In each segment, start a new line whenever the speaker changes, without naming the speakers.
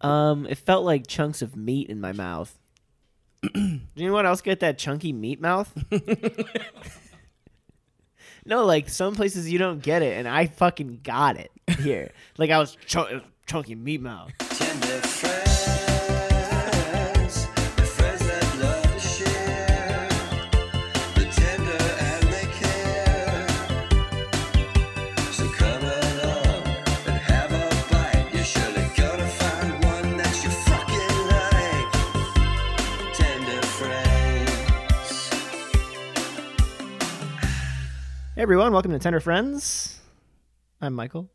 Um, it felt like chunks of meat in my mouth. Did anyone else get that chunky meat mouth? no, like some places you don't get it, and I fucking got it here. like I was chun- chunky meat mouth.
Tender friends, the friends that love to share, the tender and they care. So come along and have a bite. You're surely gonna find one that you fucking like. Tender friends.
Hey everyone, welcome to Tender Friends. I'm Michael,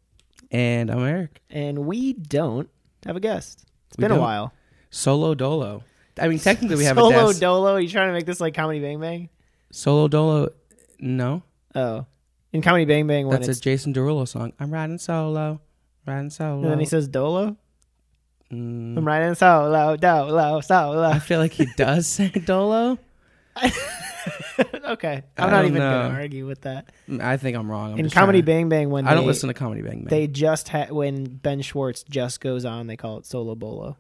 And I'm Eric.
and we don't have a guest. It's
We
been a
don't.
while.
Solo Dolo. I mean, technically we have
Solo
a desk.
Dolo. you trying to make this like Comedy Bang Bang?
Solo Dolo. No,
Oh, in Comedy Bang Bang when
that's a
it's
Jason Derulo song. I'm riding solo, riding solo.
and then he says Dolo.
Mm.
I'm riding solo, Dolo, solo.
I feel like he does say Dolo.
okay,
I
I'm not
don't
even
know.
gonna argue with that.
Mm, I think I'm wrong. I'm
in
just
Comedy
trying to-
Bang Bang when
I don't
they,
listen to Comedy Bang Bang.
They just ha- when Ben Schwartz just goes on, they call it Solo Bolo.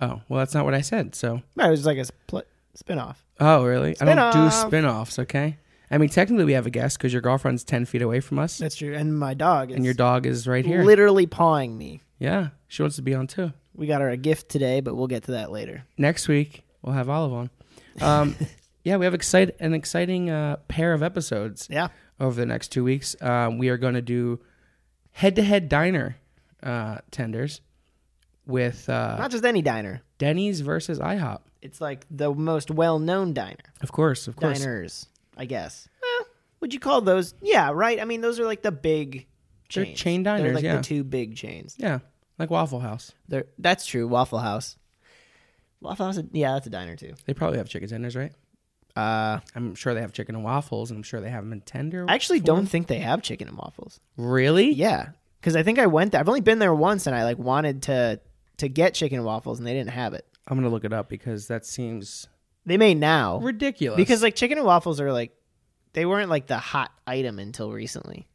oh, well, that's not what I said. So,
No, it was like a split spinoff.
oh, really? I don't do
Spin-off.
spin-offs. Okay. I mean, technically we have a guest because your girlfriend's ten feet away from us,
That's true. And my dog is
and your dog is right here.
literally pawing me.
yeah, she wants to be on too.
We got her a gift today, but we'll get to that later.
next week we'll have Olive on. Um, yeah, we have excite- an exciting uh, pair of episodes
Yeah,
over the next two weeks. Um, we are going to do head-to-head diner uh, tenders with uh,
not just any diner.
Denny's versus IHOP.
It's like the most well-known diner.
Of course, of course.
Diners, I guess. Eh, would you call those? Yeah, right. I mean, those are like the big.
They're
Chains.
chain
They're
diners,
like
yeah.
the two big chains.
Yeah, like Waffle House.
They're, that's true. Waffle House. Waffle House. Yeah, that's a diner too.
They probably have chicken tenders, right?
Uh,
I'm sure they have chicken and waffles, and I'm sure they have them in tender.
I actually don't think they have chicken and waffles.
really?
Yeah, because I think I went there. I've only been there once, and I like wanted to to get chicken and waffles, and they didn't have it.
I'm gonna look it up because that seems
They may now
ridiculous.
because like chicken and waffles are like they weren't like the hot item until recently.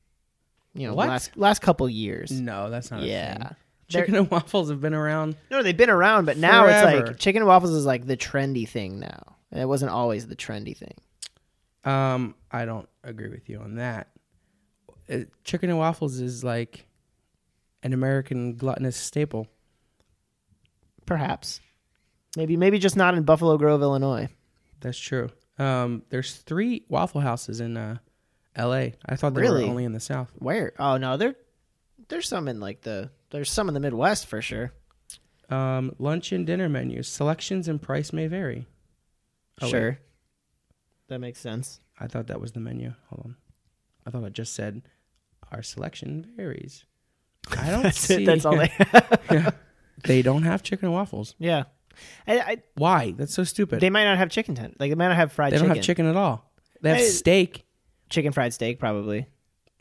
You know,
What?
last last couple years.
no, that's not.
yeah.
a thing.
They're-
chicken and waffles have been around.
No, they've been around, but now it's
Forever.
like chicken and waffles is like the trendy thing now. And it wasn't always the trendy thing.
Um, I don't agree with you on that. Uh, Chicken and waffles is like an American gluttonous staple.
Perhaps. Maybe maybe just not in Buffalo Grove, Illinois.
That's true. Um, there's three Waffle Houses in uh, L.A. I thought they
Really?
were only in the South.
Where? Oh no, there there's some in like the there's some in the Midwest for sure.
Um, lunch and dinner menus, selections and price may vary. Oh, wait.
sure. That makes sense.
I thought that was the menu. Hold on. I thought it just said our selection varies. I don't
That's
see.
it. That's all they
Yeah. They don't have chicken and waffles.
Yeah. I, I,
Why? That's so stupid.
they might not have chicken tenders. Like they might not have fried
They don't
chicken.
have chicken at all. They have
Hey.
steak.
Chicken fried steak probably.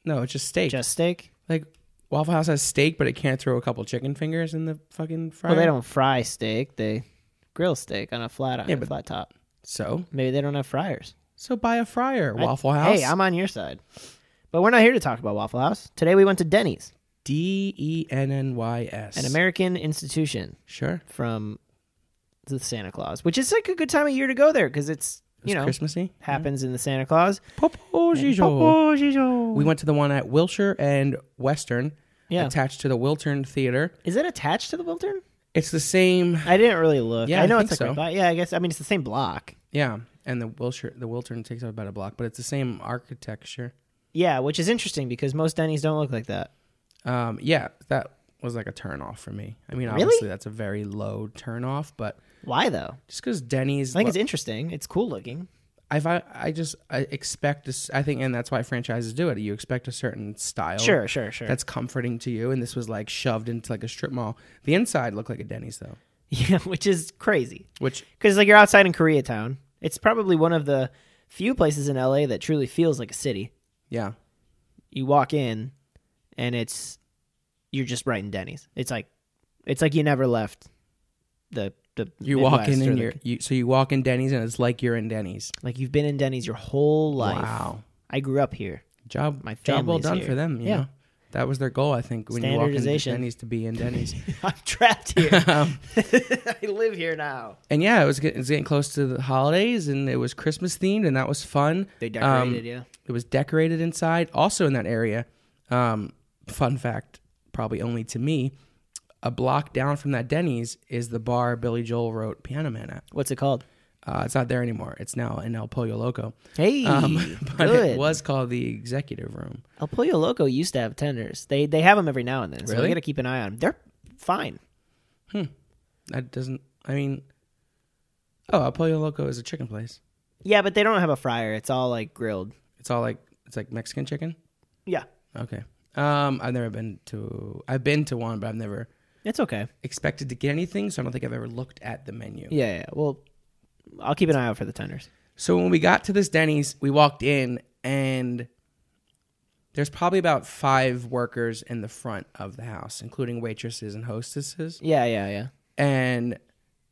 No, it's just steak.
Just steak.
like Waffle House has steak, but it can't throw a couple chicken fingers in the fucking fryer.
Well, they don't fry steak. They grill steak on a flat on
Yeah,
a
but-
flat top.
So,
Maybe they don't have fryers.
so buy a fryer.
I-
Waffle House.
Hey, I'm on your side. But we're not here to talk about Waffle House. Today we went to Denny's,
D E N N Y S.
an American institution
Sure.
from the Santa Claus, which is like a good time of year to go there because it's you
It's
know
Christmassy.
happens in the Santa Claus. oh,
Popo
Popo-jizo.
We went to the one at Wilshire and Western,
Yeah.
attached to the Wiltern Theater.
Is it attached to the Wiltern?
It's the same,
I didn't really look.
Yeah,
I
I
know
think
it's like
so.
right by- yeah. I guess I mean it's the same block.
yeah. And the Wilshire, the Wiltern takes up about a block, but it's the same architecture.
Yeah, which is interesting because most Denny's don't look like that.
Um, yeah, that was like a turn off for me. I mean,
Really?
obviously that's a very low turn off, but
Why though?
just because Denny's,
I think it's interesting. It's cool looking.
I've, I, I just I expect this. I think, and that's why franchises do it. You expect a certain style,
Sure, sure, sure.
Oh, that's comforting to you. And this was like shoved into like a strip mall. The inside looked like a Denny's though,
yeah, which is crazy.
which
Because like you're outside in Koreatown. It's probably one of the few places in LA that truly feels like a city.
yeah,
You walk in and it's you're just right in Denny's. It's like it's like you never left the the
you walk
Midwest
in
or
and
the-
you're you, so you walk in Denny's and it's like you're in Denny's.
like you've been in Denny's your whole life.
Wow,
I grew up here.
job
My
job well
family's
done
here.
for them. You
Yeah.
know? That was their goal, I think, when you walk into
Standardization.
Denny's to be in Denny's.
I'm trapped here.
Um,
I live here now.
and yeah, it was, getting, it was getting close to the holidays, and it was Christmas themed, and that was fun.
They
Um,
decorated you.
It was decorated inside. Also in that area, um, fun fact, probably only to me, a block down from that Denny's is the bar Billy Joel wrote Piano Man at.
What's it called?
Uh, it's not there anymore. It's now in El Pollo Loco.
Hey,
Um, but
good.
it was called the Executive Room.
El Pollo Loco used to have tenders. They they have them every now and then, so
Really?
we got to keep an eye on them. They're fine.
That doesn't. I mean, oh, El Pollo Loco is a chicken place.
Yeah, but they don't have a fryer. It's all like grilled.
It's all like it's like Mexican chicken.
Yeah,
Okay. Um, I've never been to. I've been to one, but I've never
it's okay.
expected to get anything, so I don't think I've ever looked at the menu.
Yeah, yeah. Well, I'll keep an eye out for the tenders.
So when we got to this Denny's, we walked in and there's probably about five workers in the front of the house, including waitresses and hostesses.
Yeah, yeah, yeah.
And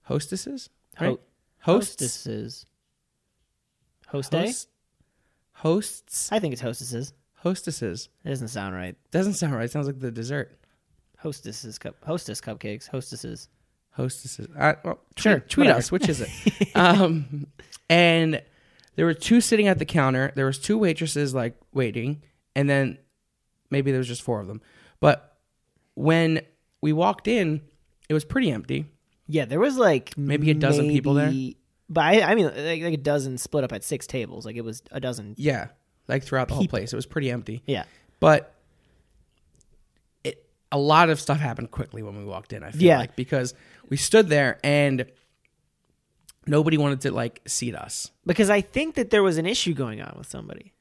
hostesses?
Ho-
Right? Hosts?
Hostesses. Host day?
Hosts? Hosts?
I think it's hostesses.
Hostesses.
It doesn't sound right.
Doesn't sound right. Sounds like the dessert.
Hostesses cup hostess cupcakes. Hostesses.
Hostesses. I, well, tweet,
Sure,
Tweet
whatever.
us. Which is it? um, and there were two sitting at the counter. There was two waitresses like waiting, and then maybe there was just four of them. But when we walked in, it was pretty empty.
Yeah, there was like
Maybe a dozen people there?
maybe- But I, I mean, like, like a dozen split up at six tables. Like it was a dozen.
Yeah, like throughout the whole place, it was pretty empty.
Yeah,
But it a lot of stuff happened quickly when we walked in. I feel
Yeah.
like because we stood there and nobody wanted to like seat us.
because I think that there was an issue going on with somebody.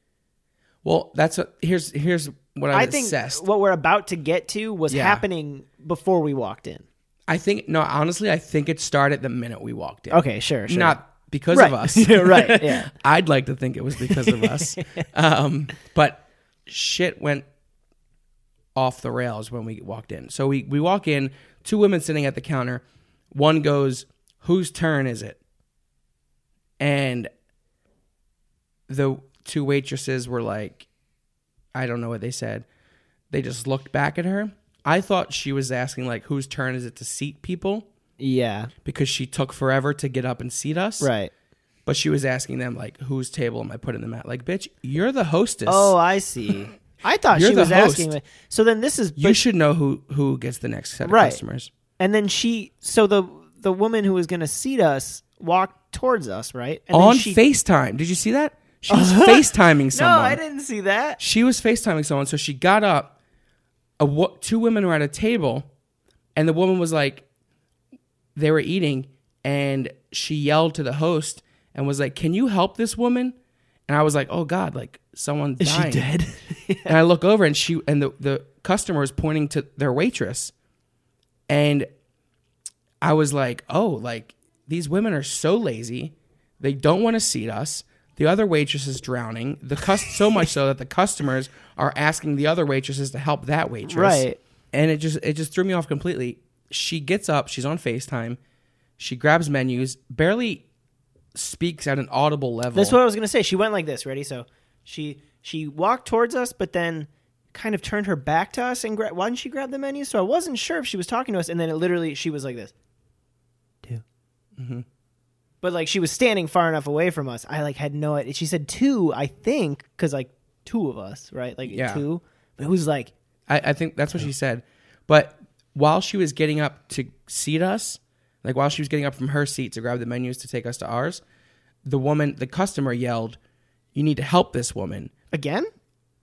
Well, that's what, here's here's what I,
I think
assessed.
what we're about to get to was
Yeah.
happening before we walked in.
I think no, honestly, I think it started the minute we walked in.
Okay, sure, sure.
not because
Right.
of us.
Right, yeah.
I'd like to think it was because of us. um, but shit went off the rails when we walked in. So we we walk in, two women sitting at the counter. One goes, "Whose turn is it?" And the two waitresses were like, I don't know what they said. They just looked back at her. I thought she was asking like whose turn is it to seat people
yeah,
because she took forever to get up and seat us.
right.
But she was asking them like whose table am I putting them at? Like, bitch, you're the hostess.
Oh, I see. I thought
You're
she
the
was
host.
asking. So then this is
you should know who who gets the next set of
Right.
customers.
and then she. So the the woman who was going to seat us walked towards us, right? And
On
then she,
FaceTime. Did you see that? She was FaceTiming
No,
someone.
I didn't see that.
she was FaceTiming someone, so she got up. A, wo- two women were at a table, and the woman was like, they were eating, and she yelled to the host and was like, Can you help this woman? And I was like, Oh God, like someone's
Is
dying.
she dead?
and I look over, and she and the, the customer is pointing to their waitress. And I was like, Oh, like these women are so lazy. They don't want to seat us. The other waitress is drowning. The cus- so much so that the customers are asking the other waitresses to help that waitress.
Right.
And it just it just threw me off completely. She gets up, she's on FaceTime, she grabs menus, barely speaks at an audible level.
That's what I was gonna say. She went like this. Ready? So she she walked towards us, but then kind of turned her back to us and gra- why didn't she grab the menu? So I wasn't sure if she was talking to us, and then it literally she was like this, 2 Mm-hmm. But like she was standing far enough away from us, I like had no. idea. She said two, I think, because like two of us, right? Like
Yeah.
two. But it was like
I, I think that's what she said. But while she was getting up to seat us, like while she was getting up from her seat to grab the menus to take us to ours, the woman, the customer yelled, "You need to help this woman."
again.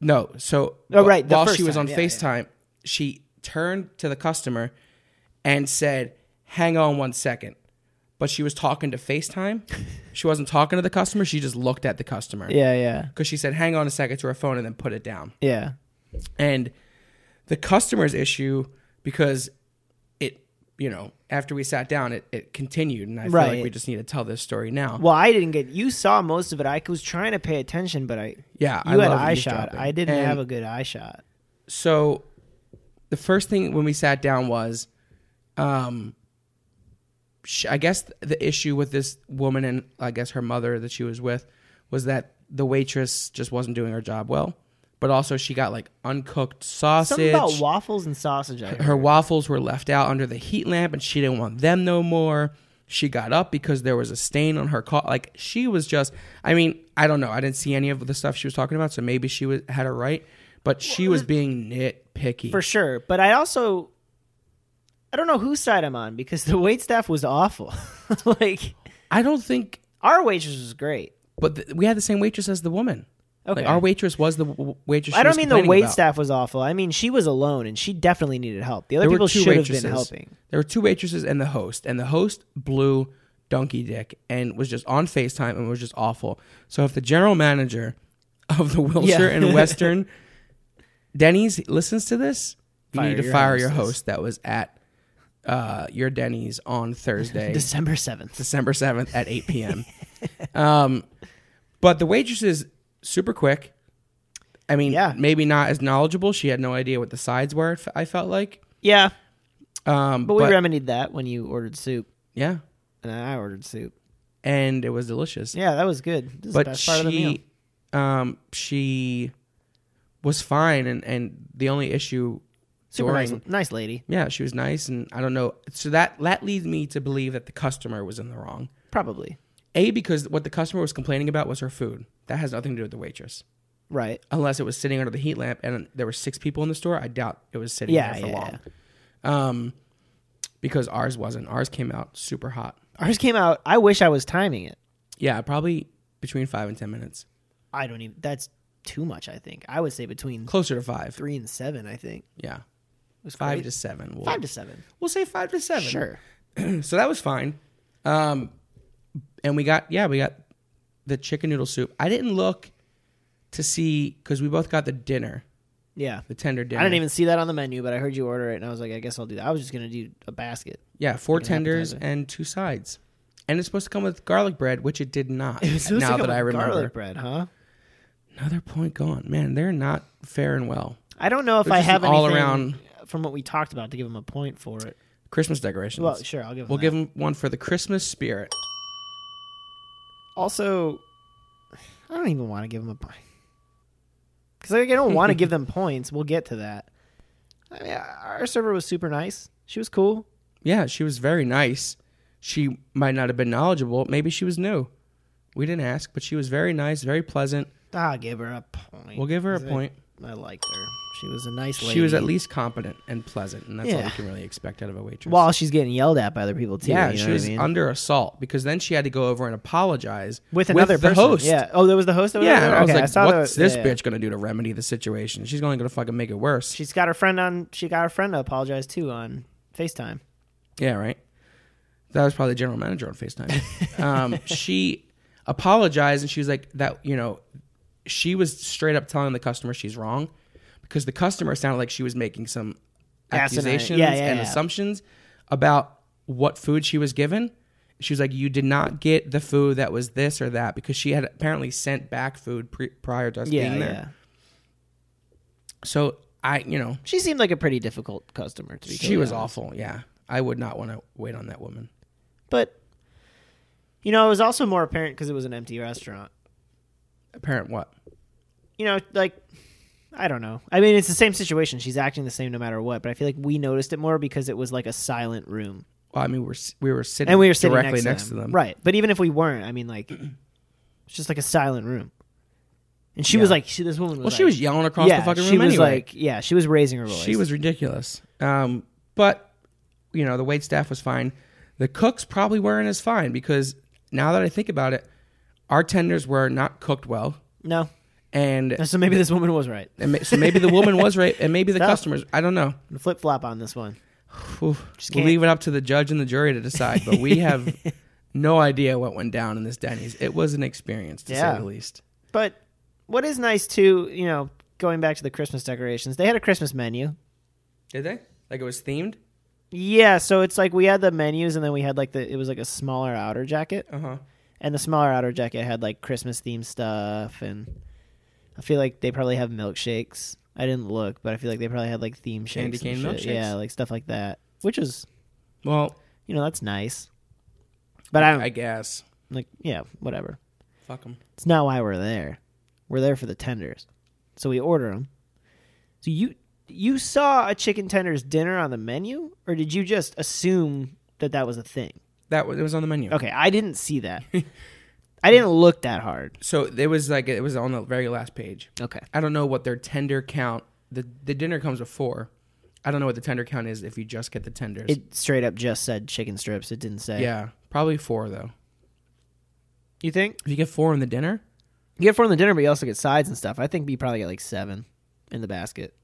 No, so
Oh, right, the
while
first
she was
time,
on
yeah, yeah.
FaceTime, she turned to the customer and said, "Hang on one second. But she was talking to FaceTime. she wasn't talking to the customer. She just looked at the customer because
Yeah, yeah,
she said, "Hang on a second to her phone and then put it down."
yeah.
and the customer's issue because it you know after we sat down it, it continued and i feel
Right.
like we just need to tell this story now
Well, I didn't get. You saw most of it. I was trying to pay attention, but I
yeah
you had
love
eye shot.
eavesdropping.
I didn't
And
have a good eye shot.
so the first thing when we sat down was um sh i guess the issue with this woman and i guess her mother that she was with was that the waitress just wasn't doing her job well but also she got like uncooked
Something
sausage.
about waffles and sausage. I heard.
Her waffles were left out under the heat lamp, and she didn't want them no more. She got up because there was a stain on her car. Like she was just. I mean, I don't know. I didn't see any of the stuff she was talking about, so maybe she was had her right, but she was being nitpicky.
for sure. But I also, I don't know whose side I'm on because the wait staff was awful. like
I don't think.
our waitress was great.
But th- we had the same waitress as the woman.
Okay.
Like our waitress was the w- waitress. she
I don't
was
mean the
complaining
wait
about.
staff was awful. I mean she was alone and she definitely needed help. The other
There were
people
two
should have
waitresses.
been helping.
There were two waitresses and the host, and the host blew donkey dick and was just on Facetime and was just awful. So if the general manager of the Wilshire
Yeah.
and Western Denny's listens to this, you
Fire
need to
your
fire your
hostess.
host that was at uh, your Denny's on Thursday.
December seventh.
December 7th at 8 p.m. um, but the waitress is super quick. I mean,
Yeah.
maybe not as knowledgeable. She had no idea what the sides were, it f- I felt like.
Yeah,
Um,
but we remedied that when you ordered soup
yeah.
and I ordered soup.
And it was delicious.
Yeah, that was good. This is the
but
best part of the meal.
she, um, she was fine. And, and the only issue
Super
during,
nice, nice lady.
yeah, she was nice. And I don't know. So that, that leads me to believe that the customer was in the wrong.
Probably
A, because what the customer was complaining about was her food. That has nothing to do with the waitress.
right.
unless it was sitting under the heat lamp and there were six people in the store, I doubt it was sitting
Yeah,
there for
yeah,
long. Um, because ours wasn't. Ours came out super hot.
Ours came out. I wish I was timing it.
Yeah, probably between five and ten minutes,
I don't even. That's too much. I think I would say between
closer to five.
three and seven. I think
Yeah,
It was
five
great.
to seven. We'll,
five to seven.
We'll say five to seven.
Sure.
So that was fine. Um, and we got yeah, we got the chicken noodle soup. I didn't look to see because we both got the dinner,
Yeah.
the tender dinner.
I didn't even see that on the menu, but I heard you order it, and I was like, I guess I'll do that. I was just gonna do a basket.
Yeah, four
Like an
tenders
appetizer.
and two sides. And it's supposed to come with garlic bread, which it did not.
It was supposed
now
to come
that I
with
remember.
garlic bread, huh?
Another point gone. Man, they're not faring well.
I don't know if
They're
I
just
have
an all
anything
around-
from what we talked about to give him a point for it.
Christmas decorations.
Well, sure, I'll give. Him
We'll
that.
give them one for the Christmas spirit.
Also, I don't even want to give him a point because like, I don't want to give them points. We'll get to that. I mean, our server was super nice. She was cool.
Yeah, she was very nice. She might not have been knowledgeable. Maybe she was new. We didn't ask, but she was very nice, very pleasant.
I'll Ah, give her a point.
We'll give her a
'Cause I-
point.
I, liked her. She was a nice lady.
She was at least competent and pleasant, and that's all
Yeah.
you can really expect out of a waitress.
while she's getting yelled at by other people too.
yeah,
you know
she
what
was
I mean?
under assault because then she had to go over and apologize
with another
the
person.
host.
Yeah. Oh, there was the host. That was
Yeah,
there?
and I was
Okay,
like,
saw
"What's
the-
this
yeah.
bitch gonna do to remedy the situation? She's only gonna fucking make it worse."
She's got her friend on. She got her friend to apologize too on Facetime.
yeah, right. That was probably the general manager on Facetime. um, she apologized and she was like, "That you know, she was straight up telling the customer she's wrong because the customer sounded like she was making some
Asinine.
accusations
Yeah, yeah,
and
yeah.
assumptions about what food she was given." She was like, "You did not get the food that was this or that because she had apparently sent back food pre- prior to us
Yeah,
being there."
yeah.
So I, you know,
She seemed like a pretty difficult customer to be.
She
totally
was
honest.
awful. Yeah, I would not want to wait on that woman.
But you know, it was also more apparent because it was an empty restaurant.
Apparent what?
You know, like I don't know. I mean, it's the same situation. She's acting the same no matter what. But I feel like we noticed it more because it was like a silent room,
Well, I mean, we were s- we were sitting
and we were sitting
directly next,
next
to them.
right? But even if we weren't, I mean, like it's just like a silent room. And she was
Yeah.
like, she, this woman was
Well,
like,
she was yelling across
yeah,
the fucking room.
she was
anyway.
like, yeah, she was raising her voice.
she was ridiculous. Um, but you know, the wait staff was fine. The cooks probably weren't as fine because now that I think about it, our tenders were not cooked well,
no.
and,
So maybe this woman was right.
and ma- so maybe the woman was right, and maybe the
Tough.
customers. I don't know.
Flip flop on this one.
Whew. We'll
can't-
leave it up to the judge and the jury to decide, but we have no idea what went down in this Denny's. It was an experience, to
Yeah.
say the least.
But what is nice too, you know, going back to the Christmas decorations, they had a Christmas menu.
Did they? Like it was themed?
Yeah, so it's like we had the menus and then we had like the it was like a smaller outer jacket.
Uh huh.
And the smaller outer jacket had like Christmas themed stuff and I feel like they probably have milkshakes. I didn't look, but I feel like they probably had like theme shakes.
Candy
and
cane
shit.
milkshakes?
Yeah, like stuff like that. Which is
Well,
you know, that's nice. But I don't
I guess.
like yeah, whatever.
Fuck them.
It's not why we're there. We're there for the tenders. So we order them. So you you saw a chicken tenders dinner on the menu, or did you just assume that that was a thing?
That was, it was on the menu.
Okay, I didn't see that. I didn't look that hard.
So it was like it was on the very last page.
Okay.
I don't know what their tender count. The the dinner comes before. I don't know what the tender count is if you just get the tenders.
It straight up just said chicken strips. It didn't say.
yeah, probably four though.
You think?
If you get four in the dinner,
You get four in the dinner, but you also get sides and stuff. I think you probably get like seven in the basket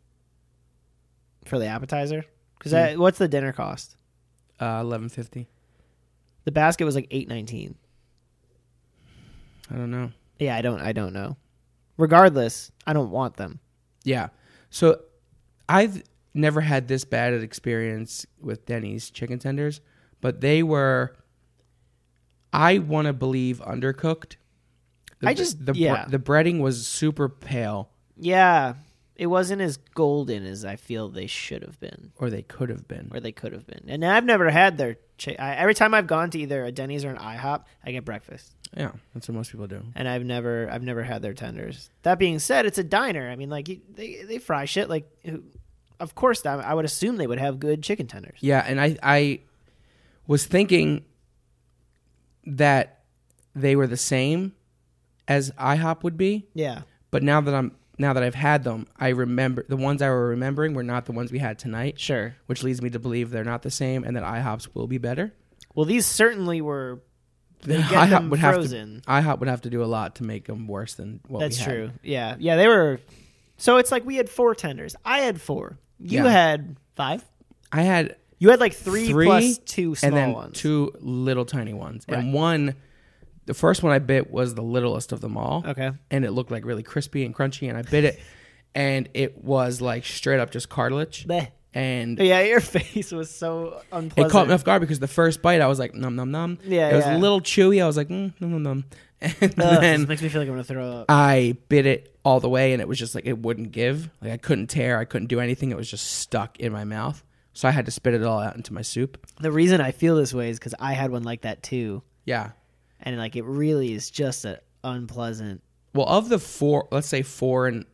for the appetizer. Because what's the dinner cost?
uh, eleven fifty.
The basket was like eight nineteen.
I don't know.
Yeah, I don't. I don't know. Regardless, I don't want them.
Yeah. So I've never had this bad an experience with Denny's chicken tenders, but they were I want to believe undercooked. The,
I just-
the,
yeah.
the breading was super pale
Yeah, it wasn't as golden as I feel they should have been,
or they could have been.
or they could have been. And I've never had their. Chi- I, every time I've gone to either a Denny's or an IHOP, I get breakfast,
Yeah, that's what most people do.
and I've never, I've never had their tenders. That being said, it's a diner. I mean, like you- they, they fry shit. Like, who- of course, I, I would assume they would have good chicken tenders.
Yeah, and I I was thinking that they were the same as IHOP would be,
Yeah,
but now that I'm now that I've had them, I remember the ones I were remembering were not the ones we had tonight.
sure.
which leads me to believe they're not the same and that IHOPs will be better.
Well, these certainly were. They get them
would
frozen.
have to IHOP would have to do a lot to make them worse than what
That's
we had.
true. Yeah, yeah, they were. So it's like we had four tenders. I had four. You
Yeah.
had five.
I had
You had like three,
three
plus two small
and then
ones.
two little tiny ones, and one. The first one I bit was the littlest of them all.
Okay.
and it looked like really crispy and crunchy, and I bit it, and it was like straight up just cartilage,
Bleh.
and.
Yeah, your face was so unpleasant.
It caught me off guard because the first bite I was like num num num.
Yeah,
it was
yeah.
a little chewy. I was like mm, num num num, and
Ugh,
then
this makes me feel like I'm gonna throw up.
I bit it all the way and it was just like it wouldn't give. Like I couldn't tear, I couldn't do anything. It was just stuck in my mouth. So I had to spit it all out into my soup.
The reason I feel this way is because I had one like that too,
Yeah.
and like it really is just an unpleasant.
Well, of the four, let's say four and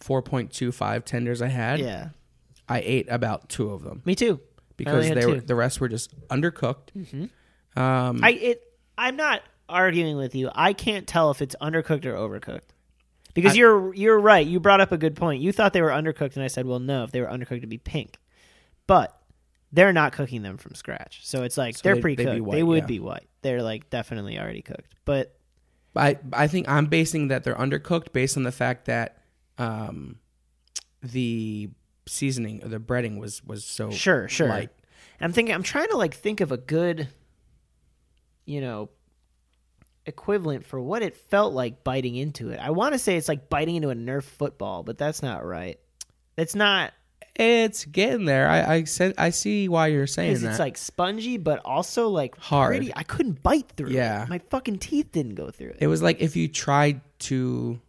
4.25 tenders I had,
Yeah,
I ate about two of them
me too.
because
had
they were,
two. Mm-hmm.
the rest were just undercooked. Um,
I it. I'm not arguing with you. I can't tell if it's undercooked or overcooked. Because you're you're right. You brought up a good point. You thought they were undercooked, and I said, well, no. If they were undercooked, it'd be pink. But they're not cooking them from scratch, so it's like they're
they'd- they'd be
pre-cooked. They
white,
would
yeah.
be white. They're like definitely already cooked. But
I I think I'm basing that they're undercooked based on the fact that um, the seasoning or the breading was was so
sure, sure.
light.
I'm thinking. I'm trying to like think of a good, you know, equivalent for what it felt like biting into it. I want to say it's like biting into a Nerf football, but that's not right. That's not
It's getting there. I I, sen- I see why you're saying
because
that.
it's like spongy, but also like
Hard.
pretty- I couldn't bite through.
Yeah.
it. my fucking teeth didn't go through it.
it was like if you tried to,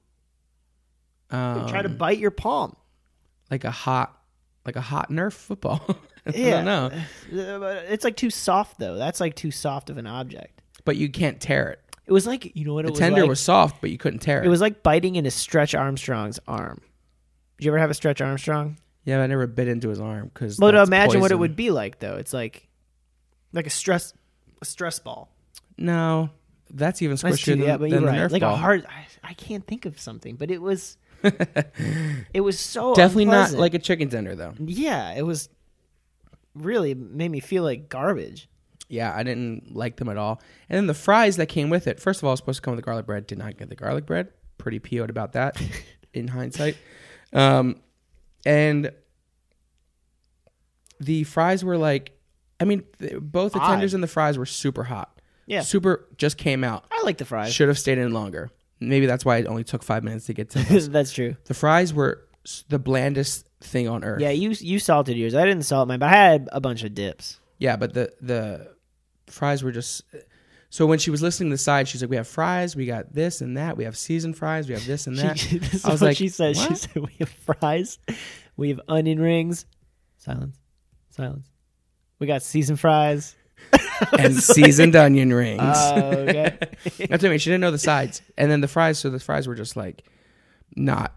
um,
Try to bite your palm.
like a hot, like a hot Nerf football. I
Yeah,
don't know,
Uh, but It's like too soft though. That's like too soft of an object.
but you can't tear it.
It was like you know what it
The
was
tender
like?
was soft, but you couldn't tear it.
It was like biting into Stretch Armstrong's arm. Did you ever have a Stretch Armstrong?
yeah, but I never bit into his arm because.
But uh, imagine what it would be like though. It's like like a stress a stress ball.
No, that's even
That's
squishier
too,
than,
yeah, but
than
you're
the
right.
Nerf
like
ball.
a hard. I, I can't think of something, but it was it was so
Definitely not
unpleasant.
like a chicken tender though.
yeah. It was really made me feel like garbage.
Yeah, I didn't like them at all. And then the fries that came with it. First of all, it was supposed to come with the garlic bread. Did not get the garlic bread. Pretty PO'd about that in hindsight. Um, and the fries were like, I mean, th- both the tenders and the fries were super hot.
Yeah.
Super just came out.
I like the fries.
Should have stayed in longer. Maybe that's why it only took five minutes to get to them.
That's true.
the fries were s- the blandest thing on earth.
Yeah, you you salted yours. I didn't salt mine, but I had a bunch of dips.
Yeah, but the the fries were just. So when she was listening to the side, she's like, "We have fries, we got this and that, we have seasoned fries, we have this and that."
She, this is
I was
what
like,
she said. She
"What?"
said we have fries, we have onion rings. Silence, silence. We got seasoned fries.
and seasoned onion rings.
Uh, okay.
That's what I mean. She didn't know the sides, and then the fries. So the fries were just like not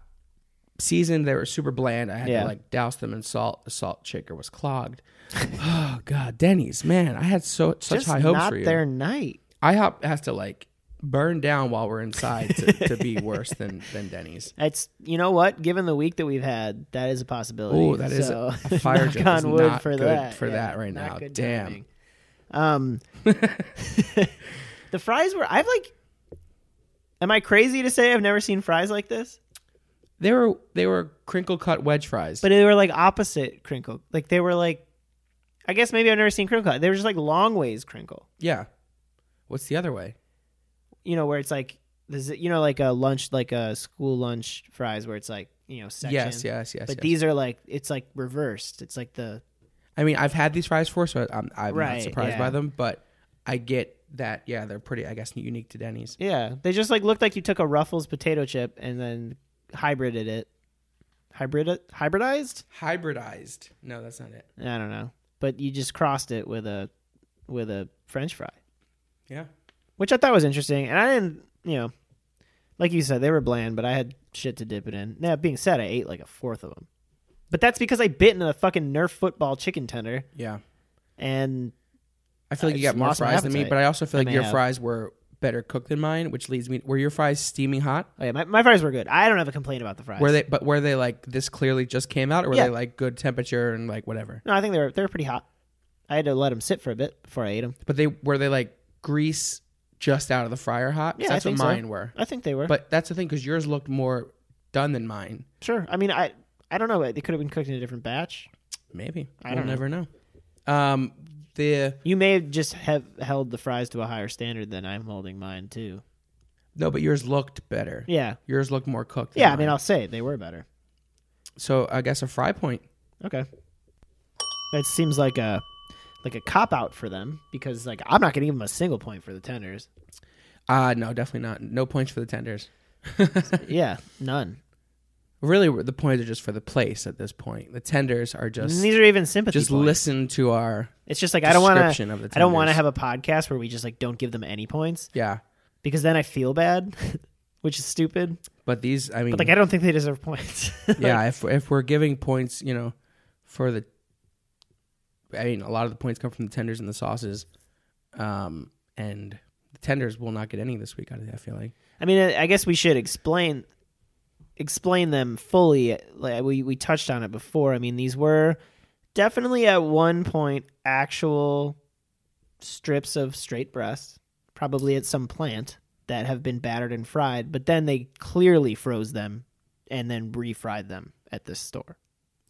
seasoned. They were super bland. I had
Yeah.
to like douse them in salt. The salt shaker was clogged. oh God, Denny's man! I had so such
Just
high hopes
not
for you.
their night.
IHOP has to like burn down while we're inside to, to be worse than than Denny's.
It's you know what? Given the week that we've had, that is a possibility.
Oh, that is
So,
a, a fire
knock
joke. It's
on wood
not
for
good
that
for
Yeah,
that right
not
now.
good
Damn.
timing. Um, the fries were. I've like. Am I crazy to say I've never seen fries like this?
They were they were crinkle cut wedge fries.
But they were like opposite crinkle. Like they were like. I guess maybe I've never seen crinkle. They were just like long ways crinkle.
yeah, what's the other way?
You know where it's like this. You know, like a lunch, like a school lunch fries, where it's like you know section.
Yes, yes, yes.
But
yes.
these are like it's like reversed. It's like the
I mean, I've had these fries before, so I'm, I'm
Right,
not surprised
yeah.
by them. But I get that. Yeah, they're pretty. I guess unique to Denny's.
Yeah, they just like looked like you took a Ruffles potato chip and then hybrided it. Hybrid hybridized?
Hybridized. No, that's not it.
I don't know, but you just crossed it with a with a French fry,
Yeah.
which I thought was interesting. And I didn't, you know, like you said, they were bland, but I had shit to dip it in. Now, that being said, I ate like a fourth of them, but that's because I bit into the fucking Nerf football chicken tender,
Yeah.
and
I feel
I
like you
just
got more
Uh, lost my
fries than me,
appetite.
but I also feel
I
like
may
your
have.
fries were better cooked than mine, which leads me. Were your fries steaming hot?
oh yeah, my, my fries were good. I don't have a complaint about the fries.
Were they? But were they like this? Clearly, just came out, or were
Yeah.
they like good temperature and like whatever?
No, I think they were they were pretty hot. I had to let them sit for a bit before I ate them.
But they were they like grease just out of the fryer hot. 'Cause
Yeah, I
that's
think
what
so.
mine were.
I think they were.
But that's the thing because yours looked more done than mine.
Sure. I mean, I I don't know. They could have been cooked in a different batch.
Maybe
I
we'll
don't know.
never know. Um, the
You may have just have held the fries to a higher standard than I'm holding mine too.
no, but yours looked better.
Yeah.
Yours looked more cooked. than
Yeah. I mean,
mine.
I'll say it. They were better.
so I guess a fry point.
Okay. That seems like a like a cop out for them because like I'm not going to give them a single point for the tenders.
Ah, no, definitely not. No points for the tenders.
yeah. None.
really, the points are just for the place at this point. The tenders are
And
just
these are even sympathy.
just
points.
listen to our
It's just like I don't want to.
description of the
I don't want to
tenders.
have a podcast where we just like don't give them any points
yeah.
because then I feel bad, which is stupid.
But these, I mean,
But like I don't think they deserve points.
Mm. yeah, if if we're giving points, you know, for the, I mean, a lot of the points come from the tenders and the sauces, um, and the tenders will not get any this week. I I feel like.
I mean, I I guess we should explain explain them fully. Like we we touched on it before. I mean, these were definitely at one point actual strips of straight breast, probably at some plant that have been battered and fried. But then they clearly froze them and then refried them at this store.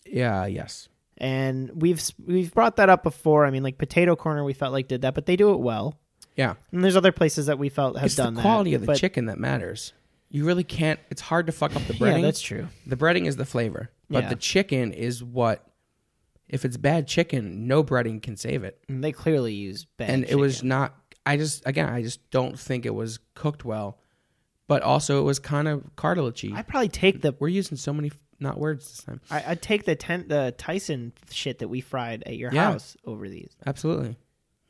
Yeah. Yes.
And we've s- we've brought that up before. I mean, like Potato Corner, we felt like did that, but they do it well.
Yeah.
And there's other places that we felt have
It's the
done
quality
that.
of the
but-
chicken that matters. You really can't. It's hard to fuck up the breading.
Yeah, that's true.
the breading is the flavor, but
Yeah.
the chicken is what. If it's bad chicken, no breading can save it.
And they clearly use bad.
and it was
chicken.
not i just again i just don't think it was cooked well but also it was kind of cartilagey
I probably take the
we're using so many f- not words this time
I, I'd take the ten, the Tyson shit that we fried at your
Yeah.
house over these.
absolutely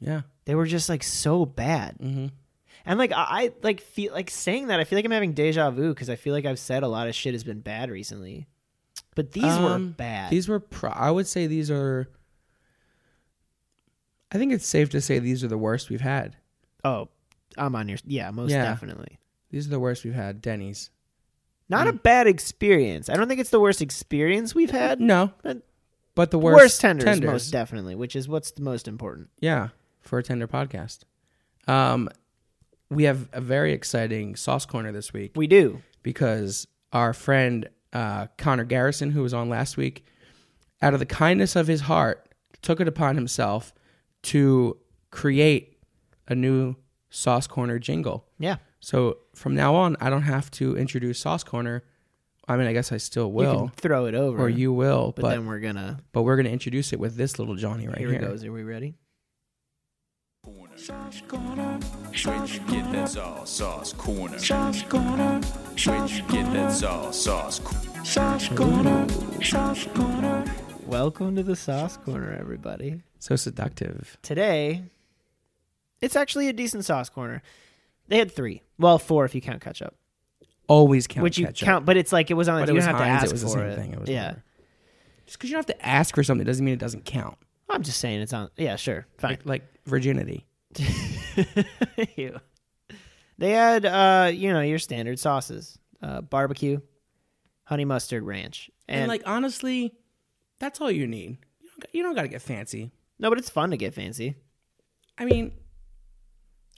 yeah
They were just like so bad. Mm-hmm. And like I, I like feel like saying that I feel like I'm having deja vu because I feel like I've said a lot of shit has been bad recently, but these were
Um,
bad.
these were pro- i would say these are i think it's safe to say these are the worst we've had
oh, I'm on your yeah, most
Yeah.
definitely.
these are the worst we've had denny's
Not
Mm.
a bad experience. I don't think it's the worst experience we've had.
no
But
but the
worst,
worst,
tenders, most definitely, which is what's the most important.
yeah for a tender podcast um we have a very exciting sauce corner this week
We do.
because our friend uh, Connor Garrison, who was on last week, out of the kindness of his heart, took it upon himself to create a new Sauce Corner jingle.
Yeah.
So from now on, I don't have to introduce Sauce Corner. I mean, I guess I still
You can
will,
throw it over.
or you will, but
but, then we're gonna
but we're gonna introduce it with this little Johnny right
here,
here.
it goes. Are we ready?
Where'd you get that sauce, sauce corner? Sauce corner. Where'd you get that sauce, sauce corner? Sauce corner. Sauce corner.
Welcome to the Sauce Corner, everybody.
So seductive.
Today, it's actually a decent Sauce Corner. They had three. Well, four if you count ketchup.
always count
which you
ketchup.
count, but it's like it was on.
But
you
it was
don't have
Heinz,
to ask
it was the
for
same
it.
thing, it was
yeah,
whatever. Just because you don't have to ask for something doesn't mean it doesn't count.
I'm just saying it's on. Yeah, sure, fine.
Like virginity.
Ew. They had, uh, you know, your standard sauces: uh, barbecue, honey mustard, ranch, and,
And, like honestly, that's all you need. You don't, got- you don't got to get fancy.
no, but it's fun to get fancy.
I mean,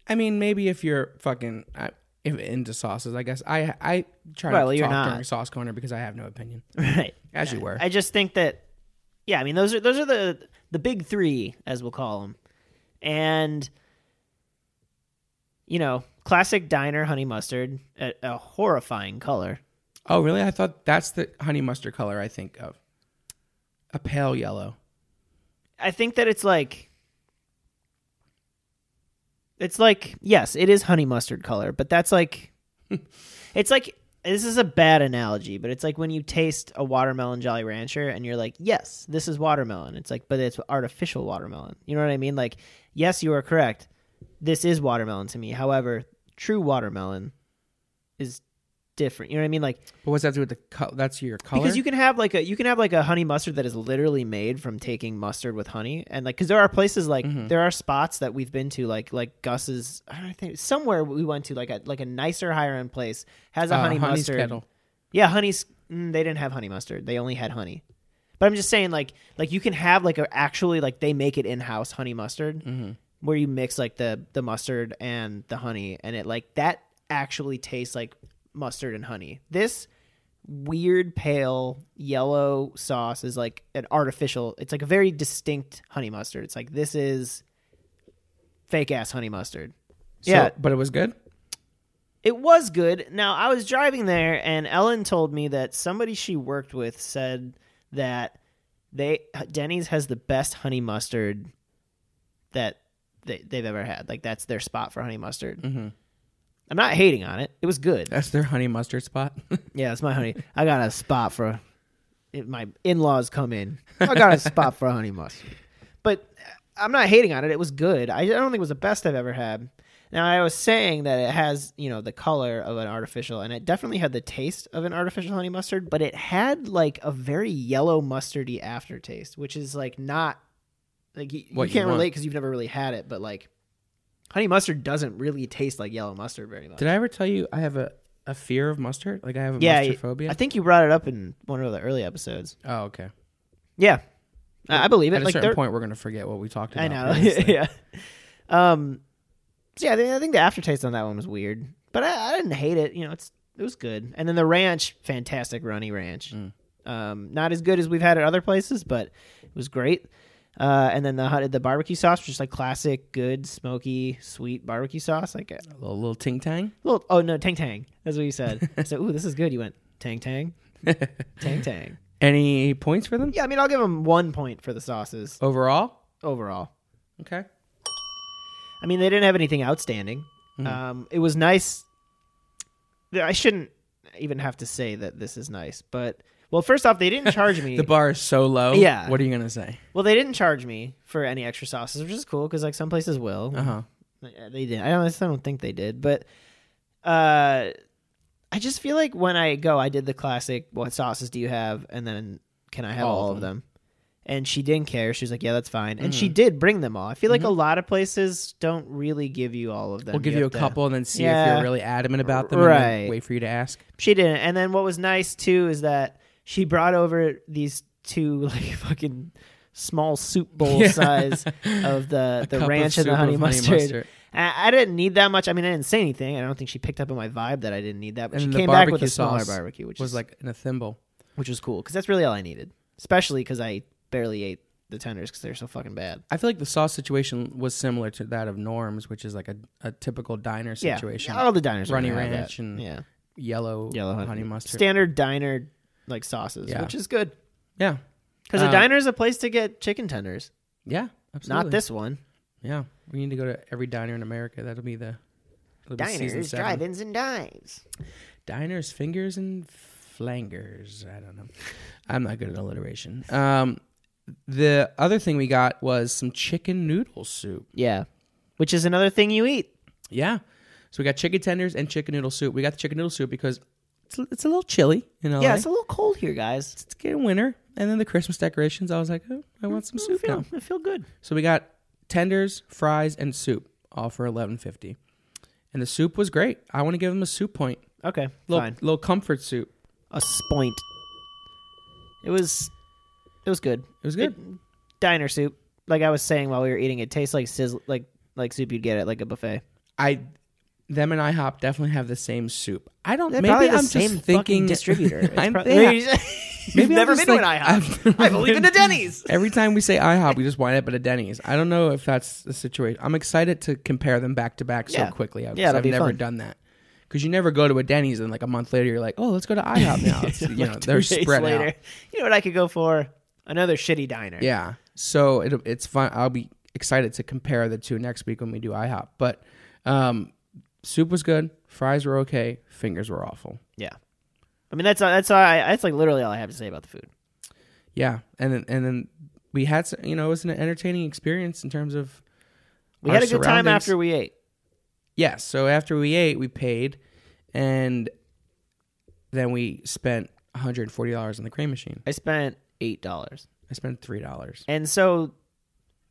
I mean maybe if you're fucking I, if into sauces, I guess I I try
Well,
to
you're
talk
not.
during sauce corner because I have no opinion.
Right.
As you were.
I just think that, yeah, I mean, those are those are the the big three, as we'll call them, and you know, classic diner honey mustard, a, a horrifying color.
oh really? I thought that's the honey mustard color I think of. A pale yellow.
I think that it's like it's like yes, it is honey mustard color, but that's like it's like this is a bad analogy, but it's like when you taste a watermelon Jolly Rancher and you're like, "Yes, this is watermelon." It's like, but it's artificial watermelon. You know what I mean? Like, yes, you are correct. This is watermelon to me. However, true watermelon is different. You know what I mean? Like,
But what's that to do with the color? That's your color.
because you can have like a you can have like a honey mustard that is literally made from taking mustard with honey and like because there are places like
Mm-hmm.
there are spots that we've been to like like Gus's I don't think somewhere we went to like a like a nicer higher end place has a
Uh,
honey
honey's
mustard
kettle.
yeah honey's mm, they didn't have honey mustard they only had honey but I'm just saying like like you can have like a actually like they make it in house honey mustard where you mix like the the mustard and the honey and it like that actually tastes like mustard and honey this weird pale yellow sauce is like an artificial it's like a very distinct honey mustard it's like this is fake ass honey mustard
So-
yeah
but it was good.
it was good now i was driving there and ellen told me that somebody she worked with said that they denny's has the best honey mustard that they, they've ever had like that's their spot for honey mustard mm-hmm. i'm not hating on it it was good
That's their honey mustard spot.
yeah, it's my honey. I got a spot for if my in-laws come in. I got a spot for honey mustard. But uh, I'm not hating on it. It was good. I I don't think it was the best I've ever had. Now I was saying that it has, you know, the color of an artificial and it definitely had the taste of an artificial honey mustard, but it had like a very yellow mustardy aftertaste, which is like not like you, you
What you
can't
want.
relate because you've never really had it, but like honey mustard doesn't really taste like yellow mustard very much.
Did I ever tell you I have a, a fear of mustard? Like I have a mustard phobia?
I think you brought it up in one of the early episodes.
oh, okay.
Yeah, I I believe it.
At a
like
certain
they're-
point, we're going to forget what we talked about.
I know.
previously.
yeah. Um. So yeah, I think, I think the aftertaste on that one was weird, but I, I didn't hate it. You know, it's it was good. And then the ranch, fantastic runny ranch.
Mm.
Um, not as good as we've had at other places, but it was great. Uh, and then the hot- the barbecue sauce, was just like classic, good, smoky, sweet barbecue sauce. Like a
A little, little ting tang.
little, oh no, tang tang. That's what you said. I said, ooh, this is good. You went tang tang, tang tang.
Any points for them
Yeah, I mean, I'll give them one point for the sauces
overall?
overall.
Okay.
I mean, they didn't have anything outstanding. Um, it was nice. I shouldn't even have to say that this is nice, but well, first off, they didn't charge me.
The bar is so low.
Yeah.
What are you going to say?
well, they didn't charge me for any extra sauces, which is cool because like some places will.
Uh huh.
Yeah, They did. I don't, I don't think they did, but uh, I just feel like when I go, I did the classic. What sauces do you have? And then can I have all, of them? And she didn't care. She was like, "Yeah, that's fine." And
Mm-hmm.
she did bring them all. I feel like a lot of places don't really give you all of them.
We'll give you a
have to-
couple and then see if
Yeah.
you're really adamant about them. and then
Right.
wait for you to ask.
She didn't. And then what was nice too is that she brought over these two like fucking small soup bowl
Yeah.
size of the the
cup of
ranch and
soup
the honey
of honey
mustard.
mustard.
I, I didn't need that much. I mean, I didn't say anything. I don't think she picked up on my vibe that I didn't need that. But
And
she
the
came back with
barbecue
a smaller
sauce
barbecue, which
was
is,
like in a thimble.
which was cool because that's really all I needed. Especially because I barely ate the tenders because they're so fucking bad.
I feel like the sauce situation was similar to that of Norm's, which is like a, a typical diner
Yeah,
situation.
all the diners are
Runny
gonna have that.
ranch and
yeah,
Yellow,
yellow
honey, mustard.
standard diner like sauces,
Yeah.
which is good
yeah.
because
Uh,
a diner is a place to get chicken tenders.
Yeah. Absolutely.
Not this one.
Yeah, we need to go to every diner in America. That'll be the that'll be season
Diners,
seven.
drive-ins, and dives.
diners, fingers, and flangers. I don't know. I'm not good at alliteration. Um, the other thing we got was some chicken noodle soup.
Yeah, which is another thing you eat.
Yeah, so we got chicken tenders and chicken noodle soup. We got the chicken noodle soup because it's it's a little chilly, you know.
Yeah, it's a little cold here, guys.
Oh, it's getting winter, and then the Christmas decorations. I was like, oh, I want some
Mm, I
soup now.
feel, I feel good.
So we got tenders, fries, and soup, all for eleven fifty. And the soup was great. I want to give them a soup point,
Okay,
little
fine.
little comfort soup.
A spoint. It was, it was good.
It was good.
Diner soup, like I was saying while we were eating, it tastes like sizzle, like like soup you'd get at like a buffet.
I, them and IHOP definitely have the same soup. I don't.
They're
maybe
probably the
I'm
same
just
fucking
thinking
distributor. It's
I'm,
prob-
yeah.
maybe,
Maybe
you've
I'm
never
just
been to an
like- I've
IHOP.
never
I've only been to Denny's.
Every time we say IHOP, we just wind up at a Denny's. I don't know if that's the situation. I'm excited to compare them back to back so
Yeah.
quickly. I've,
Yeah, it'll
I've
be
never
fun.
done that because you never go to a Denny's and like a month later you're like, oh, let's go to IHOP now. It's, you know,
Like two
they're
days
spread
later.
out.
You know what I could go for? Another shitty diner.
Yeah, so it, it's fun. I'll be excited to compare the two next week when we do IHOP. But um, soup was good, fries were okay, fingers were awful.
yeah. I mean that's that's all I, that's like literally all I have to say about the food.
Yeah, and then and then we had s- you know it was an entertaining experience in terms of
We
Our
had a good time
surroundings-
after we ate.
Yes. so after we ate, we paid, and then we spent one hundred forty dollars on the cream machine.
I spent eight dollars,
I spent three dollars.
and so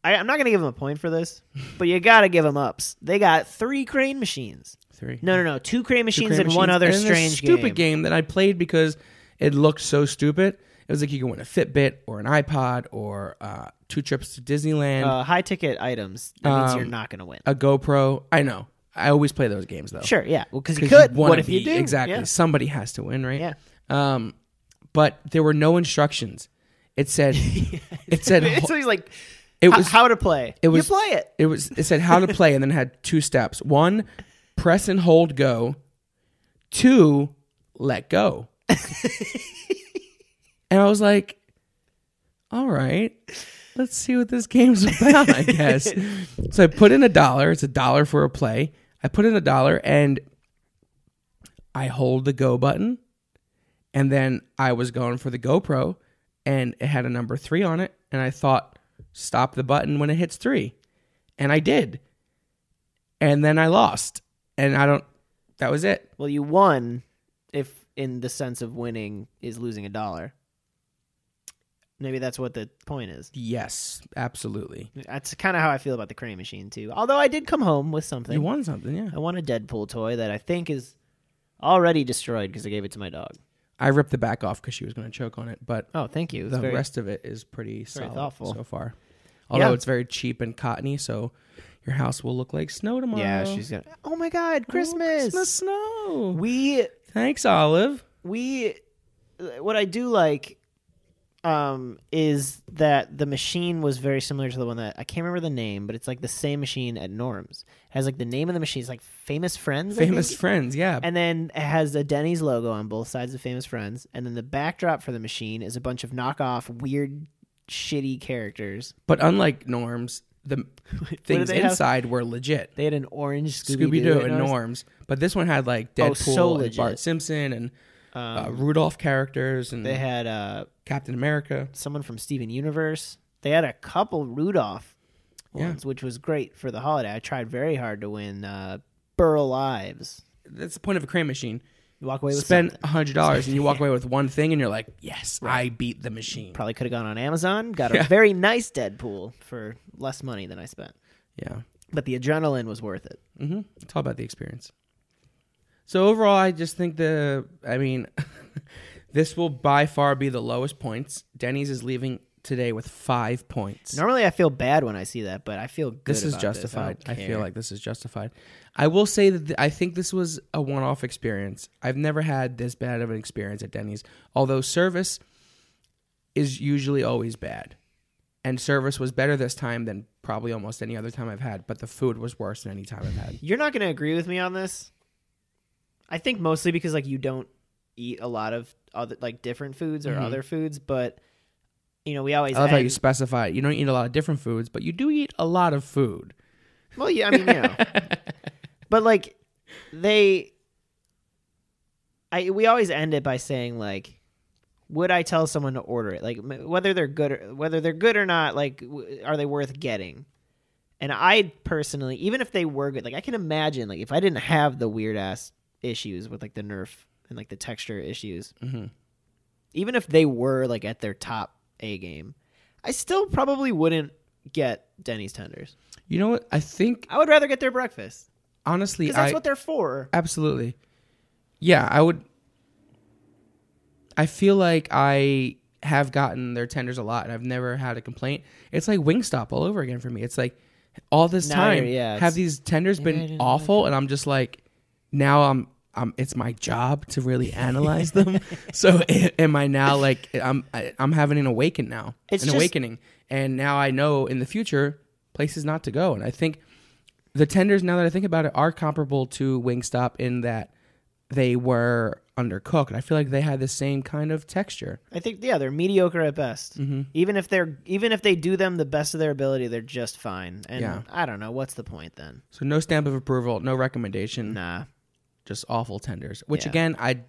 I, I'm not gonna give them a point for this, but you gotta give them ups. They got three crane machines.
Three.
No, no, no, two crane
Two
machines
cream
and one
machines,
other
and then this
strange
stupid game that I played because it looked so stupid. It was like you can win a Fitbit or an iPod or uh, two trips to Disneyland,
Uh, high ticket items. That means you're
Um,
not gonna win.
a GoPro. I know. I always play those games though.
Sure, yeah. Well, because you
'Cause
could.
wanna
what if you
be-
do?
Exactly.
Yeah.
Somebody has to win, right?
Yeah.
Um, but there were no instructions. It said, it said,
so he's like,
It
it
was-
was how to play. It
was-
you play it.
It was it said how to play and then had two steps. One, press and hold go. Two, let go. and I was like, all right. Let's see what this game's about, I guess. so I put in a dollar. It's a dollar for a play. I put in a dollar and I hold the go button. And then I was going for the GoPro and it had a number three on it. And I thought, stop the button when it hits three and I did. And then I lost. And I don't that was it.
Well, you won if in the sense of winning is losing a dollar. Maybe that's what the point is.
Yes, absolutely.
That's kind of how I feel about the crane machine too. Although I did come home with something.
You won something, yeah.
I won a Deadpool toy that I think is already destroyed because I gave it to my dog.
I ripped the back off cuz she was going to choke on it, but
Oh, thank you. It's
the
very-
rest of it is pretty solid
thoughtful.
so far. Although
Yeah.
it's very cheap and cottony, so your house will look like snow tomorrow.
yeah, she's gonna. Oh my God,
Oh,
Christmas!
Christmas snow.
We
Thanks, Olive.
we what I do like um is that the machine was very similar to the one that I can't remember the name, but it's like the same machine at Norm's. It has like the name of the machine, it's like Famous Friends. I think.
Famous friends, yeah.
And then it has a Denny's logo on both sides of Famous Friends, and then the backdrop for the machine is a bunch of knockoff weird shitty characters.
but unlike Norm's, the things
they have?
inside were legit.
They had an orange
Scooby Doo and
Norm's.
Norms, but this one had like Deadpool
Oh, so
and
legit. Um,
Bart Simpson and uh, Rudolph characters and
They had uh
Captain America.
someone from Steven Universe. They had a couple Rudolph
Yeah.
ones, which was great for the holiday. I tried very hard to win uh, Burl Lives.
That's the point of a crane machine.
You walk away with
Spend
something.
a hundred dollars and you walk away with one thing, and you're like, "Yes, I beat the machine."
Probably could have gone on Amazon. Got a very nice Deadpool for less money than I spent,
Yeah,
but the adrenaline was worth it.
hmm it's all about the experience. So overall, I just think the. I mean, this will by far be the lowest points. Denny's is leaving today with five points.
Normally, I feel bad when I see that, but I feel good.
this is
about I
justified.
don't
I,
care.
feel like this is justified. I will say that th- I think this was a one-off experience. I've never had this bad of an experience at Denny's, although service is usually always bad. And service was better this time than probably almost any other time I've had, but the food was worse than any time I've had.
you're not going to agree with me on this. I think mostly because like you don't eat a lot of other like different foods or other foods, but you know we always
Mm-hmm. I love how you
end-
specify it. You don't eat a lot of different foods, but you do eat a lot of food.
Well, yeah, I mean, you know, but like they, I we always end it by saying like, would I tell someone to order it? Like m- whether they're good, or, whether they're good or not, like w- are they worth getting? And I personally, even if they were good, like I can imagine, like if I didn't have the weird ass issues with like the Nerf and like the texture issues.
Mm-hmm.
Even if they were like at their top A game, I still probably wouldn't get Denny's tenders.
You know what? I think
I would rather get their breakfast
honestly,
because that's
I
what they're for.
absolutely. Yeah, I would. I feel like I have gotten their tenders a lot, and I've never had a complaint. It's like Wingstop all over again for me. It's like all this
Now
time,
you're- yeah,
have
it's-
these tenders
I
been
didn't
awful, and I'm just like, now I'm. Um, it's my job to really analyze them. so am I now like I'm I, I'm having an awaken now,
It's
an
just-
awakening, and now I know in the future places not to go. And I think the tenders, now that I think about it, are comparable to Wingstop in that they were undercooked. I feel like they had the same kind of texture.
I think yeah, they're mediocre at best.
Mm-hmm.
Even if they're even if they do them the best of their ability, they're just fine. And
Yeah.
I don't know what's the point then.
So no stamp of approval, no recommendation,
Nah,
just awful tenders. Which
Yeah.
again, I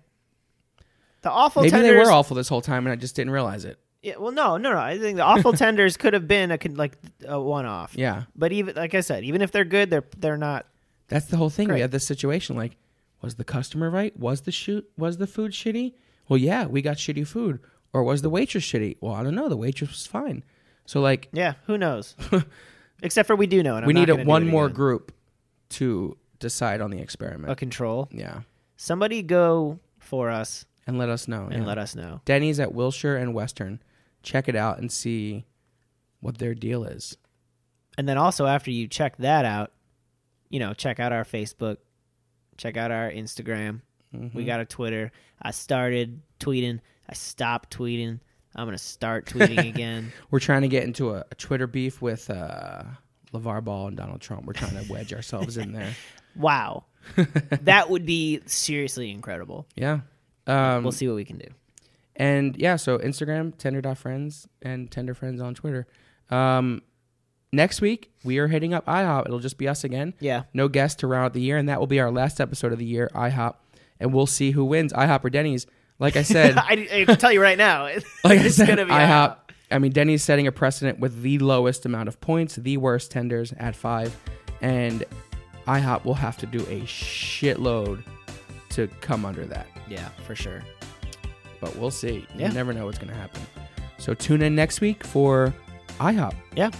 the awful
maybe
tenders.
they were awful this whole time, and I just didn't realize it.
Yeah, well, no, no, no. I think the awful tenders could have been a con- like a one off.
Yeah,
But even like I said, even if they're good, they're they're not.
that's the whole thing.
Great.
We had this situation like, was the customer right? Was the shoot? Was the food shitty? Well, yeah, we got shitty food. Or was the waitress shitty? Well, I don't know. The waitress was fine. So like,
Yeah, who knows? Except for we do know, and
we
I'm not
need a,
gonna do
one
it
more
again.
group to decide on the experiment.
a control.
Yeah.
Somebody go for us
And let us know.
and let us know.
Denny's at Wilshire and Western. Check it out and see what their deal is.
And then also after you check that out, you know, check out our Facebook, check out our Instagram.
Mm-hmm.
We got a Twitter. I started tweeting. I stopped tweeting. I'm gonna start tweeting again.
We're trying to get into a, a Twitter beef with uh, LeVar Ball and Donald Trump. We're trying to wedge ourselves in there.
Wow, that would be seriously incredible.
Yeah. Um,
We'll see what we can do.
And yeah, so Instagram, tender.friends, and tender friends on Twitter. Um, next week, we are hitting up IHOP. It'll just be us again.
Yeah.
No guest to round out the year. And that will be our last episode of the year, IHOP. And we'll see who wins, IHOP or Denny's. Like I said,
I, I can tell you right now,
like I
it's
said,
gonna be
IHOP. I mean, Denny's setting a precedent with the lowest amount of points, the worst tenders at five, and IHOP will have to do a shitload to come under that.
Yeah, for sure.
But we'll see.
Yeah.
You never know what's going to happen. So tune in next week for IHOP.
Yeah,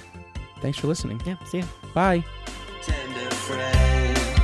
Thanks for listening.
yeah. See ya.
Bye.
Tender friend.